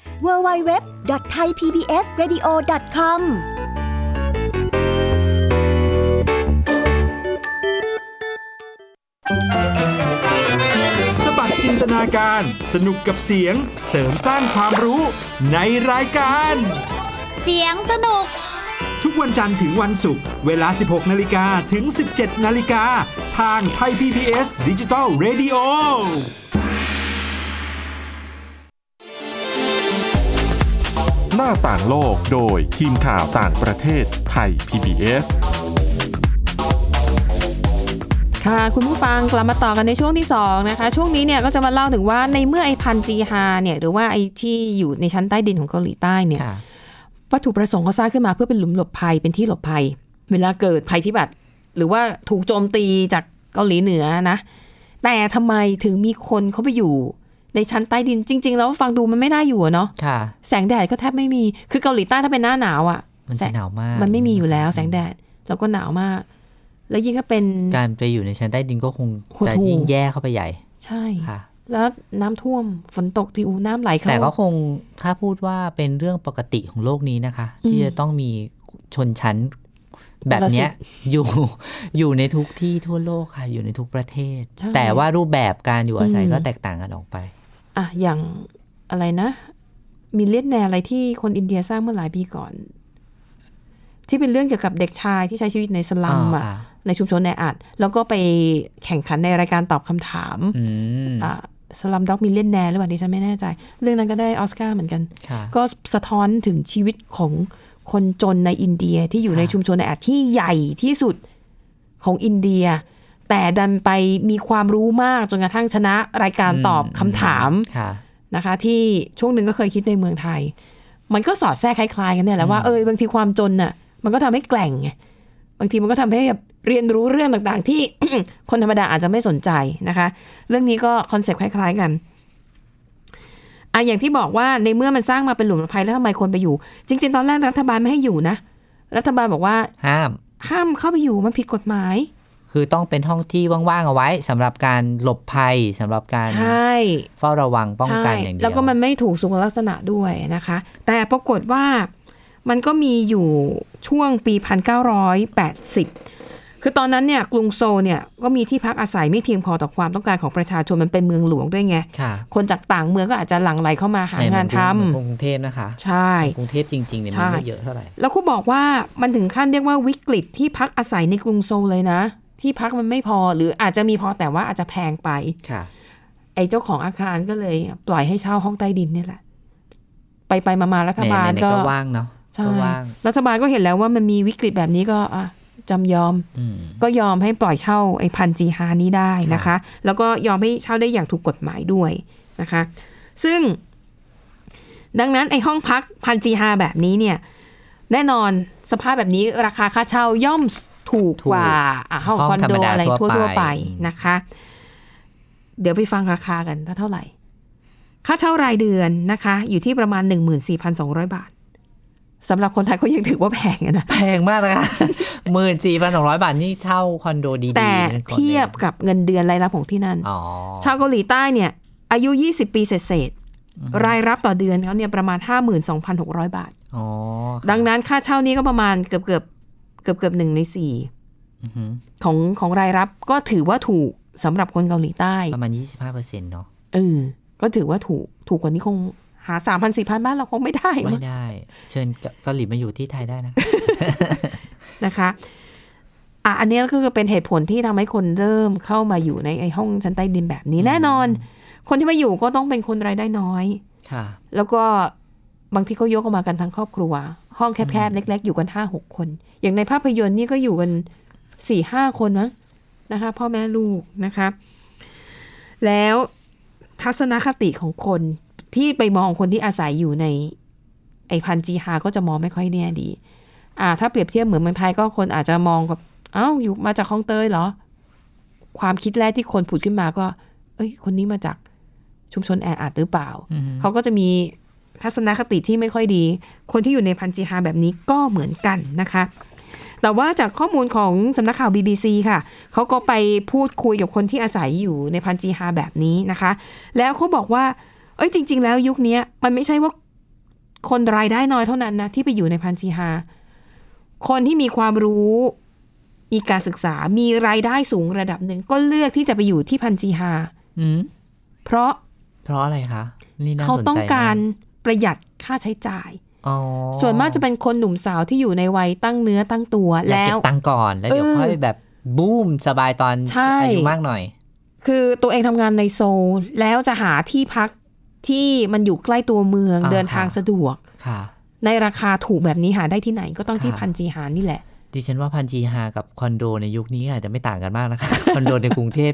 Speaker 6: www.thaipbsradio.com
Speaker 7: สบัดจินตนาการ สนุกกับเสียง เสริมสร้างความรู้ในรายการ
Speaker 8: เสียงสนุก
Speaker 7: ทุกวันจันทร์ถึงวันศุกร์เวลา 16 นาฬิกาถึง 17 นาฬิกา ทางไทย PPS ดิจิตอล Radio
Speaker 3: หน้าต่างโลกโดยทีมข่าวต่างประเทศไทย PBS
Speaker 1: ค่ะ คุณผู้ฟังกลับมาต่อกันในช่วงที่ 2 นะคะ ช่วงนี้เนี่ยก็จะมาเล่าถึงว่าในเมื่อไอพันจีฮาเนี่ยหรือว่าไอที่อยู่ในชั้นใต้ดินของเกาหลีใต้เนี่ย
Speaker 2: ค่ะ
Speaker 1: วัตถุประสงค์เขาสร้างขึ้นมาเพื่อเป็นหลุมหลบภัยเป็นที่หลบภัย เวลาเกิดภัยพิบัติ หรือว่าถูกโจมตีจากเกาหลีเหนือนะ แต่ทำไมถึงมีคนเขาไปอยู่ในชั้นใต้ดินจริง ๆ แล้วฟังดูมันไม่น่าอยู่อะเนาะ
Speaker 2: ค่ะ
Speaker 1: แสงแดดก็แทบไม่มี คือเกาหลีใต้ถ้าเป็นหน้าหนาวอะ
Speaker 2: มัน
Speaker 1: แส
Speaker 2: จะ
Speaker 1: ง
Speaker 2: หนาวมาก
Speaker 1: มันไม่มีอยู่แล้วแสงแดดแล้วก็หนาวมาก แล้วยิ่งก็เป็น
Speaker 2: การไปอยู่ในชั้นใต้ดินก็คง
Speaker 1: หด
Speaker 2: จะ
Speaker 1: หู่
Speaker 2: ยิ่งแย่เข้าไปใหญ่
Speaker 1: ใช่
Speaker 2: ค่ะ
Speaker 1: แล้วน้ำท่วมฝนตกที่อูน้ำไหลเข้า
Speaker 2: แต่ก็คงถ้าพูดว่าเป็นเรื่องปกติของโลกนี้นะคะ
Speaker 1: อืม
Speaker 2: ที่จะต้องมีชนชั้นแบบเนี้ย
Speaker 1: ละ
Speaker 2: อยู่ <laughs> อยู่ในทุกที่ทั่วโลกค่ะ อยู่ในทุกประเทศ
Speaker 1: ใช่
Speaker 2: แต่ว่ารูปแบบการอยู่อาศัย
Speaker 1: อืม
Speaker 2: ก็แตกต่างกันออกไป
Speaker 1: อ่ะอย่างอะไรนะ มีเลียนแนอะไรที่คนอินเดียสร้างเมื่อหลายปีก่อน ที่เป็นเรื่องเกี่ยวกับเด็กชายที่ใช้ชีวิตในสลัมอ่ะ
Speaker 2: อ่า
Speaker 1: ในชุมชนแออัดแล้วก็ไปแข่งขันในรายการตอบคำถาม
Speaker 2: อืม
Speaker 1: อ่าสลัมด็อกมิลเลนแนหรือเปล่าดิฉันไม่แน่ใจ เรื่องนั้นก็ได้ออสการ์เหมือนกัน
Speaker 2: ค่ะ
Speaker 1: ก็สะท้อนถึงชีวิตของคนจนในอินเดียที่อยู่ใน
Speaker 2: ค่ะ
Speaker 1: ชุมชนแออัดที่ใหญ่ที่สุดของอินเดีย แต่ดันไปมีความรู้มากจนกระทั่งชนะรายการตอบคำถาม
Speaker 2: ค่ะ
Speaker 1: นะคะที่ช่วงหนึ่งก็เคยคิดในเมืองไทย มันก็สอดแทรกคล้ายๆกันเนี่ยแหละว่าเออบางทีความจนน่ะมันก็ทำให้แกล่งไงบางทีมันก็ทำให้แบบเรียนรู้เรื่องต่างๆ ที่ <coughs> คนธรรมดาอาจจะไม่สนใจนะคะ เรื่องนี้ก็คอนเซปต์คล้าย ๆกันอ่ะอย่างที่บอกว่าในเมื่อมันสร้างมาเป็นหลุมพรางภัยแล้วทำไมคนไปอยู่ จริง ๆ ตอนแรกรัฐบาลไม่ให้อยู่นะ รัฐบาลบอกว่า
Speaker 2: ห้าม
Speaker 1: ห้ามเข้าไปอยู่มันผิดกฎหมาย
Speaker 2: คือต้องเป็นห้องที่ว่างๆเอาไว้สำหรับการหลบภัยสำหรับการ
Speaker 1: ใช่
Speaker 2: เฝ้าระวังป้องกัน
Speaker 1: ใช่
Speaker 2: อย่างเดียว
Speaker 1: แล้วก็มันไม่ถูกสุขลักษณะด้วยนะคะ แต่ปรากฏว่ามันก็มีอยู่ช่วงปี 1980 คือตอนนั้นเนี่ยกรุงโซลเนี่ยก็มีที่พักอาศัยไม่เพียงพอต่อความต้องการของประชาชนมันเป็นเมืองหลวงด้วยไง
Speaker 2: ค่ะ
Speaker 1: คนจากต่างเมืองก็อาจจะหลั่งไหลเข้ามาหา
Speaker 2: ใน
Speaker 1: งานทำ
Speaker 2: เหมือกรุงเทพนะคะ
Speaker 1: ใช่
Speaker 2: กรุงเทพจริงๆเนี่ย
Speaker 1: ใช่
Speaker 2: มันไม่เยอะเท่าไหร่
Speaker 1: แล้วก็บอกว่ามันถึงขั้นเรียกว่าวิกฤตที่พักอาศัยในกรุงโซลเลยนะ ที่พักมันไม่พอหรืออาจจะมีพอแต่ว่าอาจจะแพงไป
Speaker 2: ค่ะ
Speaker 1: ไอ้เจ้าของอาคารก็เลยปล่อยให้เช่าห้องใต้ดินเนี่ยแหละ ไปไปมามาๆรัฐบาล
Speaker 2: ไหนๆ
Speaker 1: ก็
Speaker 2: ก็ว่างเนาะ
Speaker 1: ใช่
Speaker 2: ก็ว่าง
Speaker 1: รัฐบาลก็เห็นแล้วว่ามันมีวิกฤตแบบนี้ก็อ่ะจำยอม
Speaker 2: อืม
Speaker 1: ก็ยอมให้ปล่อยเช่าไอ้พันจีฮานี้ได้นะคะ แล้วก็ยอมให้เช่าได้อย่างถูกกฎหมายด้วยนะคะ ซึ่ง ดังนั้นไอ้ห้องพักพันจีฮาแบบนี้เนี่ย แน่นอนสภาพแบบนี้ราคาค่าเช่าย่อมถูก
Speaker 2: ถูก
Speaker 1: กว่าอ่ะห้อง
Speaker 2: ห้อง
Speaker 1: คอน
Speaker 2: ธร
Speaker 1: โด
Speaker 2: รมดา
Speaker 1: อะไร
Speaker 2: ทั่ว
Speaker 1: ทั่วๆไป
Speaker 2: ไป
Speaker 1: นะคะ เดี๋ยวไปฟังราคากันว่าเท่าไหร่ ค่าเช่ารายเดือนนะคะ อยู่ที่ประมาณ 14,200 บาทสำหรับคนไทยก็ยังถือว่าแพงอะนะ
Speaker 2: แพงมากนะคะ <laughs> หมื่นสี่พันสองร้อยบาทนี่เช่าคอนโดดีๆ
Speaker 1: แต่
Speaker 2: เป็นคน
Speaker 1: เทียบกับเงินเดือนรายรับของที่นั่น
Speaker 2: อ๋อ
Speaker 1: ชาวเกาหลีใต้เนี่ย อายุ 20 ปีเศษๆรายรับต่อเดือนเขาเนี่ยประมาณ 52,600 บาท
Speaker 2: อ๋อ
Speaker 1: ดังนั้นค่าเช่านี้ก็ประมาณเกือบเกือบเกือบเกือบหนึ่งในสี่
Speaker 2: อือหือ
Speaker 1: ของของรายรับก็ถือว่าถูกสำหรับคนเกาหลีใต้
Speaker 2: ประมาณยี่สิบห้าเปอร์เซ็นต์เนาะ
Speaker 1: เออก็ถือว่าถูกถูกกว่านี้คงหา 3,000 4,000 บ้านเราคงไม่ได้มั้
Speaker 2: ไม่
Speaker 1: ง
Speaker 2: ได้ เชิญเกาหลีมาอยู่ที่ไทยได้นะ
Speaker 1: นะคะอ่ะอันเนี้ยก็คือเป็นเหตุผลที่ทำให้คนเริ่มเข้ามาอยู่ในไอ้ห้องชั้นใต้ดินแบบนี้แน่นอน คนที่มาอยู่ก็ต้องเป็นคนรายได้น้อย
Speaker 2: ค่ะ
Speaker 1: แล้วก็บางทีก็ยกออกมากันทั้งครอบครัว ห้องแคบๆ เล็ก ๆ อยู่กันห้าหกคน อย่างในภาพยนตร์นี่ก็อยู่กันสี่ห้าคนมั้งนะคะ พ่อแม่ลูกนะคะ แล้วทัศนคติของคนที่ไปมองคนที่อาศัยอยู่ใน ไอพันจีฮาก็จะมองไม่ค่อยแน่ดี อ่า ถ้าเปรียบเทียบเหมือนเมืองไทยก็คนอาจจะมองกับเอ้าอยู่มาจากคลองเตยเหรอ ความคิดแรกที่คนผุดขึ้นมาก็ เอ้ย คนนี้มาจากชุมชนแออัดหรือเปล่า
Speaker 2: อือหือ
Speaker 1: เขาก็จะมีทัศนคติที่ไม่ค่อยดี คนที่อยู่ในพันจีฮาแบบนี้ก็เหมือนกันนะคะ แต่ว่าจากข้อมูลของสำนักข่าว BBC ค่ะ เขาก็ไปพูดคุยกับคนที่อาศัยอยู่ในพันจีฮาแบบนี้นะคะ แล้วเขาบอกว่า เอ้ยจริง ๆ แล้วยุคเนี้ยมันไม่ใช่ว่าคนรายได้น้อยเท่านั้นนะ ที่ไปอยู่ในพันจีฮา คนที่มีความรู้ มีการศึกษา มีรายได้สูงระดับหนึ่ง ก็เลือกที่จะไปอยู่ที่พันจีฮา
Speaker 2: อืม
Speaker 1: เพราะ
Speaker 2: เพราะอะไรคะนี่น่าสนใจ
Speaker 1: เขาต้องการ
Speaker 2: ม
Speaker 1: ประหยัดค่าใช้จ่าย
Speaker 2: กอ๋อ
Speaker 1: ส่วนมากจะเป็นคนหนุ่มสาวที่อยู่ในวัยตั้งเนื้อตั้งตัว
Speaker 2: อยาก
Speaker 1: แล้
Speaker 2: เก็
Speaker 1: ว
Speaker 2: บตังค์ก่อนแล้วเดี๋ยว
Speaker 1: เออ
Speaker 2: ค่อยแบบบูมสบายตอน
Speaker 1: ใช่
Speaker 2: อายุมากหน่อย
Speaker 1: คือตัวเองทำงานในโซลแล้วจะหาที่พักที่มันอยู่ใกล้ตัวเมือง
Speaker 2: อ่า
Speaker 1: เดินทาง
Speaker 2: ฮะ
Speaker 1: สะดวก
Speaker 2: ค่ะ
Speaker 1: ในราคาถูกแบบนี้หาได้ที่ไหนก็ต้องที่
Speaker 2: ค่ะ
Speaker 1: พันจีหานนี่แหละ
Speaker 2: ดิฉันว่าพันจีฮากับคอนโดในยุคนี้อาจจะไม่ต่างกันมากนะคะ <laughs> คอนโดในกรุงเทพ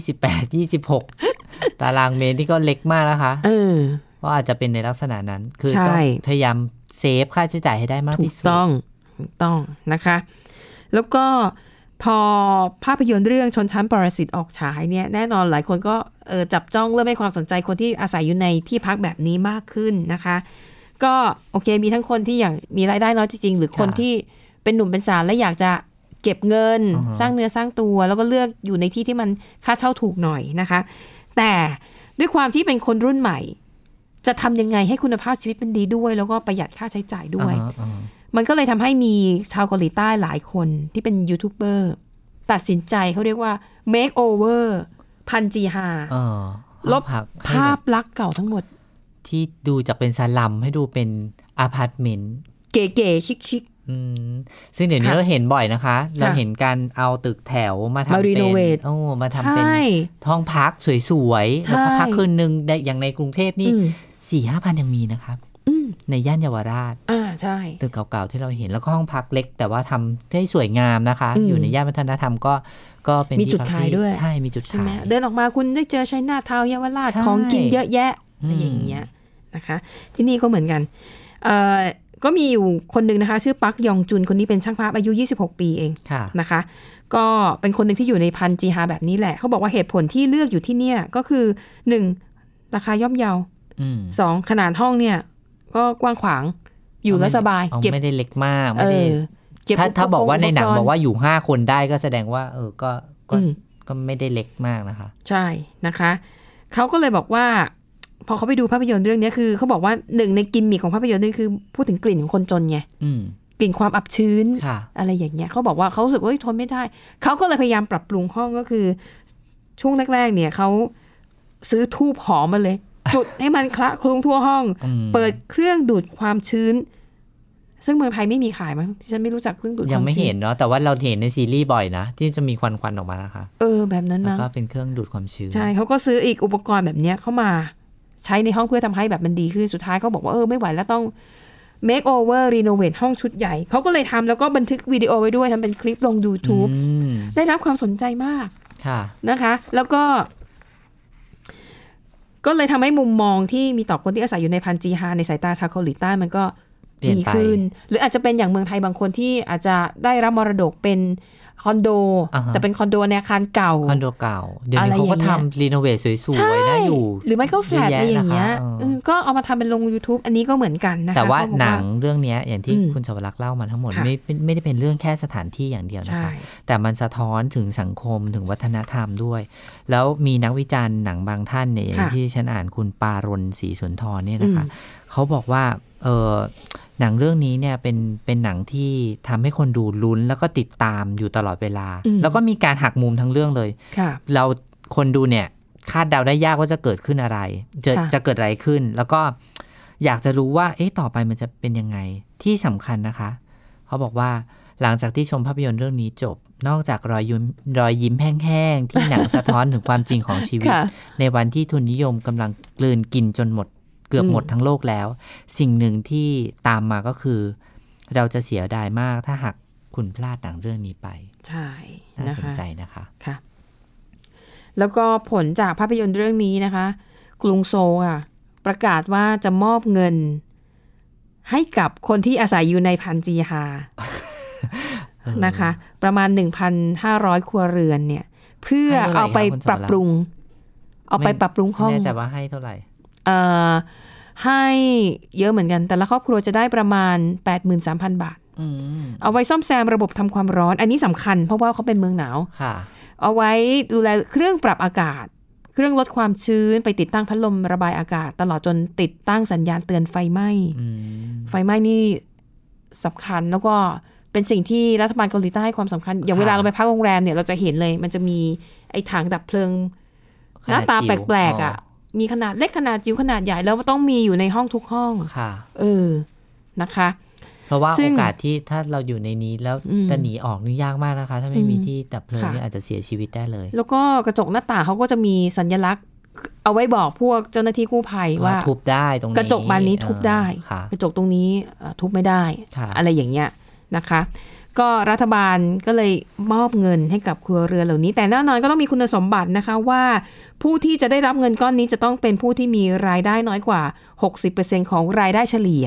Speaker 2: 28 26 ตารางเมตรที่ก็เล็กมากนะคะ
Speaker 1: เออ
Speaker 2: ก็อาจจะเป็นในลักษณะนั้น คือ
Speaker 1: ใช่
Speaker 2: ต้องพยายามเซฟค่าใช้จ่ายให้ได้มาก
Speaker 1: ถู
Speaker 2: ที่
Speaker 1: ก
Speaker 2: สุด
Speaker 1: ต้องถูกต้องนะคะ แล้วก็พอภาพยนตร์เรื่องชนชั้นปรสิตออกฉายเนี่ยแน่นอนหลายคนก็เออจับจ้องเริ่มให้ความสนใจคนที่อาศัยอยู่ในที่พักแบบนี้มากขึ้นนะคะ ก็โอเคมีทั้งคนที่อย่างมีรายได้น้อยจริงๆหรือคน
Speaker 2: ค่ะ
Speaker 1: ที่เป็นหนุ่มเป็นสาวและอยากจะ เก็บเงิน
Speaker 2: อ่าฮะ
Speaker 1: สร้างเนื้อสร้างตัวแล้วก็เลือกอยู่ในที่ที่มันค่าเช่าถูกหน่อยนะคะ แต่ด้วยความที่เป็นคนรุ่นใหม่ จะทำยังไงให้คุณภาพชีวิตมันดีด้วย แล้วก็ประหยัดค่าใช้จ่ายด้วย
Speaker 2: อ่าฮะอ่าฮะ
Speaker 1: มันก็เลยทำให้มีชาวเกาหลีใต้หลายคนที่เป็นยูทูบเบอร์ตัดสินใจเขาเรียกว่า make over พันจีฮา
Speaker 2: อ่า
Speaker 1: ลบ
Speaker 2: หักให้
Speaker 1: ภา
Speaker 2: แบ
Speaker 1: พลักษณ์เก่าทั้งหมด
Speaker 2: ที่ดูจากเป็นสลัมให้ดูเป็นอาพาร์ตเมนต์
Speaker 1: เก๋ๆชิค
Speaker 2: อืมซึ่งเดี๋ยวนี้
Speaker 1: ค่ะ
Speaker 2: เราเห็นบ่อยนะคะ เราเห็นการเอาตึกแถวมาทำ
Speaker 1: มา
Speaker 2: เป็น
Speaker 1: renovate
Speaker 2: โอ้มา
Speaker 1: ๆ
Speaker 2: ทำเป็น
Speaker 1: ใช่
Speaker 2: ท้องพักสวยๆ
Speaker 1: ใช่
Speaker 2: แล้วก็พักคืนหนึ่งได้อย่างในกรุงเทพนี่
Speaker 1: อืม
Speaker 2: สี่ห้าพันยังมีนะครับ
Speaker 1: อืม
Speaker 2: ในย่านเยาวราช
Speaker 1: อ่าใช่
Speaker 2: ตึกเก่าๆที่เราเห็นแล้วก็ห้องพักเล็ก แต่ว่าทำได้สวยงามนะคะ
Speaker 1: อืม
Speaker 2: อยู่ในย่านวัฒนธรรมก็ก็เป็น
Speaker 1: มี
Speaker 2: ที่
Speaker 1: จุด
Speaker 2: พัก
Speaker 1: ขาย
Speaker 2: ที่
Speaker 1: ด้วย
Speaker 2: ใช่มีจุด
Speaker 1: ใช่ไหม
Speaker 2: ขาย
Speaker 1: เดินออกมาคุณได้เจอใช้หน้าเท้าเยาวราช
Speaker 2: ใช่
Speaker 1: ของกินเยอะแยะอะไรอย่างเงี้ยนะคะ ที่นี่ก็เหมือนกันเอ่อก็มีอยู่คนหนึ่งนะคะ ชื่อปักยองจุนคนนี้เป็นช่างภาพอายุ 26 ปีเอง
Speaker 2: ค่ะ
Speaker 1: นะคะ ก็เป็นคนหนึ่งที่อยู่ในพันจีฮาแบบนี้แหละ เขาบอกว่าเหตุผลที่เลือกอยู่ที่เนี่ยก็คือ 1. ราคาย่อมเยา
Speaker 2: อืม
Speaker 1: สองขนาดห้องเนี่ยก็กว้างขวางอยู่แล้วสบาย
Speaker 2: เอา
Speaker 1: เก็บ
Speaker 2: ไม่ได้เล็กมาก
Speaker 1: เอ
Speaker 2: ไม่ได้
Speaker 1: อเก็บ
Speaker 2: ถ้าถ้าบอกว่าในหนัง
Speaker 1: ปรณ์
Speaker 2: บอกว่าอยู่ห้าคนได้ก็แสดงว่า เออก็ก็
Speaker 1: อืม
Speaker 2: ก็ไม่ได้เล็กมากนะคะ
Speaker 1: ใช่นะคะ เขาก็เลยบอกว่า พอเขาไปดูภาพยนตร์เรื่องเนี้ยคือเขาบอกว่าหนึ่งในกิมมิคของภาพยนตร์นี่คือ พูดถึงกลิ่นของคนจนไง
Speaker 2: อืม
Speaker 1: กลิ่นความอับชื้น
Speaker 2: ค่ะ
Speaker 1: อะไรอย่างเงี้ยเขาบอกว่าเขารู้สึกว่าเฮ้ยทนไม่ได้ เขาก็เลยพยายามปรับปรุงห้องก็คือ ช่วงแรก ๆ เนี่ยเขาซื้อทูบหอมมาเลย จุดให้มันคละคลุ้งทั่วห้อง
Speaker 2: อืม
Speaker 1: เปิดเครื่องดูดความชื้น ซึ่งเมืองไทยไม่มีขายมั้งฉันไม่รู้จักเครื่องดูดความชื้น
Speaker 2: ยังไม่เห็นเนาะแต่ว่าเราเห็นในซีรีส์บ่อยนะ ที่จะมีควันควันๆออกมานะคะ
Speaker 1: เออแบบนั้น
Speaker 2: แล้
Speaker 1: มั้
Speaker 2: ว
Speaker 1: ง
Speaker 2: ก็เป็นเครื่องดูดความชื้น
Speaker 1: ใช่เขาก็ซื้ออีกอุปกรณ์แบบเนี้ยเข้ามาใช้ในห้องเพื่อทำให้แบบมันดีขึ้นสุดท้ายเขาบอกว่าเออไม่ไหวแล้วต้อง make over renovate ห้องชุดใหญ่ เขาก็เลยทำแล้วก็บันทึกวิดีโอไว้ด้วยทำเป็นคลิปลง YouTube
Speaker 2: อืม
Speaker 1: ได้รับความสนใจมาก
Speaker 2: ค่ะ
Speaker 1: นะคะ แล้วก็ ก็เลยทำให้มุมมองที่มีต่อคนที่อาศัยอยู่ในพันจีฮาในสายตาชาวเกาหลีใต้มันก็
Speaker 2: เปลี่ยน
Speaker 1: ดี
Speaker 2: ไป
Speaker 1: ขึ้น หรืออาจจะเป็นอย่างเมืองไทยบางคนที่อาจจะได้รับมรดกเป็นคอนโด
Speaker 2: อ่าฮะ
Speaker 1: แต่เป็นคอนโดในอาคารเก่า
Speaker 2: คอนโดเก่า เดี๋ยวนี้
Speaker 1: อะไร
Speaker 2: เขาก็
Speaker 1: อย่างเงี้ย
Speaker 2: ทำรีโนเวทสวยๆน่าอยู่
Speaker 1: หรือไม่ก็แฟลต
Speaker 2: เย
Speaker 1: อะไรอย่างเงี้ย
Speaker 2: นคอ
Speaker 1: อืมก็เอามาทำเป็นลง YouTube อันนี้ก็เหมือนกันนะ
Speaker 2: อ
Speaker 1: คะ
Speaker 2: แต่ว่า
Speaker 1: เขบอก
Speaker 2: หนังเรื่องเนี้ยอย่างที่
Speaker 1: อืม
Speaker 2: คุณชวรักษ์เล่ามาทั้งหมด
Speaker 1: ค่ะ
Speaker 2: ไม่ไม่ไม่ได้เป็นเรื่องแค่สถานที่อย่างเดียวนะ
Speaker 1: ใช่
Speaker 2: คะ แต่มันสะท้อนถึงสังคมถึงวัฒนธรรมด้วย แล้วมีนักวิจารณ์หนังบางท่านเนี่ยอย่าง
Speaker 1: ค่ะ
Speaker 2: ที่ฉันอ่านคุณปารณศรีสุนทรเนี่ยนะคะ เขาบอกว่าเออหนังเรื่องนี้เนี่ยเป็นเป็นหนังที่ทำให้คนดูลุ้น แล้วก็ติดตามอยู่ตลอดเวลา
Speaker 1: อืม
Speaker 2: แล้วก็มีการหักมุมทั้งเรื่องเลย
Speaker 1: ค่ะ
Speaker 2: เราคนดูเนี่ยคาดเดาได้ยากว่าจะเกิดขึ้นอะไร จะ
Speaker 1: ค่ะ
Speaker 2: จะเกิดอะไรขึ้น แล้วก็อยากจะรู้ว่า เอ๊ะต่อไปมันจะเป็นยังไงที่สำคัญนะคะ เขาบอกว่าหลังจากที่ชมภาพยนตร์เรื่องนี้จบ นอกจากรอยยิ้มรอยยิ้มแห้งๆ ที่หนังสะท้อนถึงความจริงของชีวิต ในวันที่ทุนนิยมกำลังกลืนกินจนหมด เกือบหมดทั้งโลกแล้ว สิ่งหนึ่งที่ตามมาก็คือ เราจะเสียดายมากถ้าหากคุณพลาดหนังเรื่องนี้ไป
Speaker 1: ใช่
Speaker 2: น่า
Speaker 1: นะ
Speaker 2: สน
Speaker 1: คะ
Speaker 2: ใจนะคะ
Speaker 1: ค่ะ แล้วก็ผลจากภาพยนตร์เรื่องนี้นะคะ กรุงโซลอ่ะ ประกาศว่าจะมอบเงิน ให้กับคนที่อาศัยอยู่ในพันจีฮา นะคะ ประมาณ 1,500 ครัวเรือนเนี่ย เพื่อเอาไปปรับปรุง เอาไปปรับปรุงห้อง
Speaker 2: ไม่แน่ใจว่าให้เท่าไหร่
Speaker 1: เอ่อให้เยอะเหมือนกัน แต่ละครอบครัวจะได้ประมาณ 83,000 บาท
Speaker 2: อืม
Speaker 1: เอาไว้ซ่อมแซมระบบทำความร้อน อันนี้สำคัญเพราะว่าเขาเป็นเมืองหนาว
Speaker 2: ค่ะ
Speaker 1: เอาไว้ดูแลเครื่องปรับอากาศ เครื่องลดความชื้นไปติดตั้งพัดลมระบายอากาศ ตลอดจนติดตั้งสัญญาณเตือนไฟไหม้
Speaker 2: อืม
Speaker 1: ไฟไหม้นี่สำคัญแล้วก็เป็นสิ่งที่รัฐบาลเกาหลีใต้ให้ความสำคัญ อย่าง
Speaker 2: ค่ะ
Speaker 1: เวลาเราไปพักโรงแรมเนี่ยเราจะเห็นเลย มันจะมีไอ้ถังดับเพลิง หน้าตา
Speaker 2: ข
Speaker 1: แ
Speaker 2: ดจิ๋ว
Speaker 1: ปลกๆอ่ะ มีขนาดเล็กขนาดจิ๋วขนาดใหญ่แล้วต้องมีอยู่ในห้องทุกห้อง
Speaker 2: ค่ะ
Speaker 1: เออ นะคะ
Speaker 2: เพราะว่า
Speaker 1: ซึ่
Speaker 2: โอง กาสที่ถ้าเราอยู่ในนี้แล้ว
Speaker 1: อืม
Speaker 2: จะหนีออกนี่ยากมากนะคะ ถ้าไม่มี
Speaker 1: อืม
Speaker 2: ที่ดับเพลิง
Speaker 1: ค่ะ
Speaker 2: นี่อาจจะเสียชีวิตได้เลย
Speaker 1: แล้วก็กระจกหน้าต่างเขาก็จะมีสัญลักษณ์ เอาไว้บอกพวกเจ้าหน้าที่กู้ภัยว่า
Speaker 2: ทุบได้ตรงนี้
Speaker 1: กระจกบานนี้ทุบได้
Speaker 2: เออค่ะ
Speaker 1: กระจกตรงนี้เอ่อทุบไม่ได้
Speaker 2: ค่ะ
Speaker 1: อะไรอย่างเงี้ยนะคะ ก็รัฐบาลก็เลยมอบเงินให้กับครัวเรือนเหล่านี้ แต่แน่นอนก็ต้องมีคุณสมบัตินะคะว่า ผู้ที่จะได้รับเงินก้อนนี้จะต้องเป็นผู้ที่มีรายได้น้อยกว่า 60%ของรายได้เฉลี่ย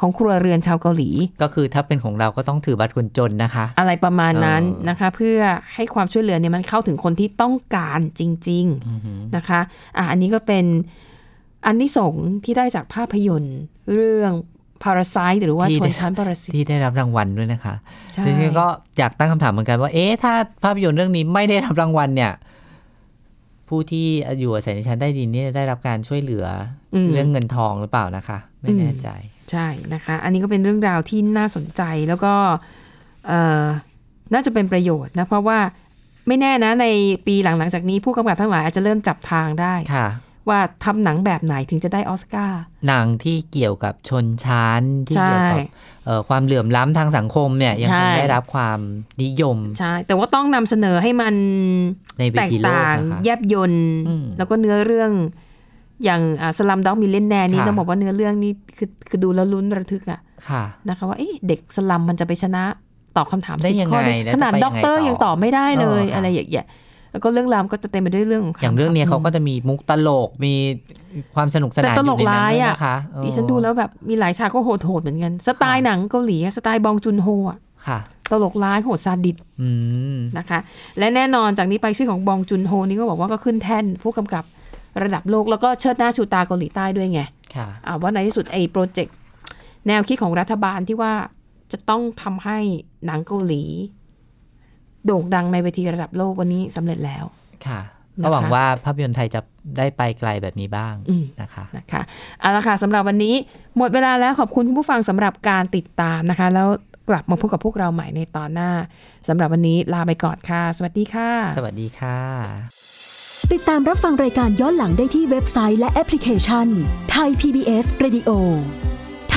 Speaker 1: ของครัวเรือนชาวเกาหลี
Speaker 2: ก็คือถ้าเป็นของเราก็ต้องถือบัตรคนจนนะคะ
Speaker 1: อะไรประมาณนั้น
Speaker 2: เออ
Speaker 1: นะคะ เพื่อให้ความช่วยเหลือเนี่ยมันเข้าถึงคนที่ต้องการจริง ๆ
Speaker 2: อือหือ
Speaker 1: นะคะอ่ะอันนี้ก็เป็นอันนิสงส์ที่ได้จากภาพยนตร์ เรื่อง พาราไซต์หรือว่า
Speaker 2: ที่
Speaker 1: ชน
Speaker 2: ได้
Speaker 1: ชั้นปรสิต
Speaker 2: ที่ได้รับรางวัลด้วยนะคะ
Speaker 1: ใช่
Speaker 2: ดิฉันก็อยากตั้งคำถามเหมือนกันว่า เอ๊ะ ถ้าภาพยนตร์เรื่องนี้ไม่ได้รับรางวัลเนี่ย ผู้ที่อยู่อาศัยในชั้นใต้ดินเนี่ยได้รับการช่วยเหลืออ
Speaker 1: ม
Speaker 2: เรื่องเงินทองหรือเปล่านะคะ ไม่แน่ใจ
Speaker 1: ใช่นะคะ อันนี้ก็เป็นเรื่องราวที่น่าสนใจแล้วก็เอ่อน่าจะเป็นประโยชน์นะ เพราะว่าไม่แน่นะในปีหลังๆจากนี้ผู้กำกับทั้งหลายอาจจะเริ่มจับทางได้
Speaker 2: ค่ะ
Speaker 1: ว่าทำหนังแบบไหนถึงจะได้ออสการ์
Speaker 2: หนังที่เกี่ยวกับชนชั้นที่
Speaker 1: ใช่
Speaker 2: เกี่ยวกับเอ่อความเหลื่อมล้ำทางสังคมเนี่ยยัง
Speaker 1: ใช่
Speaker 2: คงได้รับความนิยม
Speaker 1: ใช่ แต่ว่าต้องนำเสนอให้มัน
Speaker 2: ในเว
Speaker 1: แตก
Speaker 2: ทีโลก
Speaker 1: ต่าง
Speaker 2: นะคะ
Speaker 1: แยบยนต์
Speaker 2: อืม
Speaker 1: แล้วก็เนื้อเรื่องอย่างสลัมด็อกมิเลนแนนี่
Speaker 2: ค่ะ
Speaker 1: ต้องบอกว่าเนื้อเรื่องนี่คือคือดูแล้วลุ้นระทึกอะ
Speaker 2: ค่ะ
Speaker 1: นะคะว่าเอ๊ะเด็กสลัมมันจะไปชนะตอบคำถาม
Speaker 2: ได้
Speaker 1: สิบ
Speaker 2: ยัง
Speaker 1: ข้อได้
Speaker 2: ไงแล้ว
Speaker 1: ขนาด
Speaker 2: จะไปยังไง
Speaker 1: ด็อกเตอร์
Speaker 2: ต่อ
Speaker 1: ยังตอบไม่ได้เลย
Speaker 2: เออค่ะ
Speaker 1: อะไรอย่างเงี้ยแล้วก็เรื่องราวก็จะเต็มไปด้วยเรื่องของคำ
Speaker 2: อย่างเรื่องเนี้ย
Speaker 1: คำ
Speaker 2: เขาก็จะมีมุกตลกมีความสนุกส
Speaker 1: แต่
Speaker 2: นาน
Speaker 1: ตลก
Speaker 2: อยู่ในนั้
Speaker 1: ร้าน ย
Speaker 2: ด้วย
Speaker 1: อ่ะ
Speaker 2: นะคะเออ
Speaker 1: ดิฉันดูแล้วแบบมีหลายฉากก็โหดโหดๆเหมือนกัน สไตล์หนังเกาหลีอะสไตล์บองจุนโฮอะ
Speaker 2: ค่ะ
Speaker 1: ตลกร้ายโหดซาดิส
Speaker 2: อืม
Speaker 1: นะคะ และแน่นอนจากนี้ไปชื่อของบองจุนโฮนี่ก็บอกว่าก็ขึ้นแท่นผู้กำกับระดับโลกแล้วก็เชิดหน้าชูตาเกาหลีใต้ด้วยไง
Speaker 2: ค่ะ
Speaker 1: อ่าว่าในที่สุดไอ้โปรเจกต์แนวคิดของรัฐบาลที่ว่าจะต้องทำให้หนังเกาหลี โด่งดังในเวทีระดับโลกวันนี้สำเร็จแล้ว
Speaker 2: ค่ะ
Speaker 1: นะคะ
Speaker 2: ก็หวังว่าภาพยนตร์ไทยจะได้ไปไกลแบบนี้บ้าง
Speaker 1: อืม
Speaker 2: นะคะ
Speaker 1: นะคะเอาละค่ะสำหรับวันนี้หมดเวลาแล้วขอบคุณคุณผู้ฟังสำหรับการติดตามนะคะ แล้วกลับมาพบกับพวกเราใหม่ในตอนหน้าสำหรับวันนี้ลาไปก่อนค่ะ สวัสดีค่ะ
Speaker 2: สวัสดีค่ะ
Speaker 6: ติดตามรับฟังรายการย้อนหลังได้ที่เว็บไซต์และแอปพลิเคชันไทย PBS Radio ไท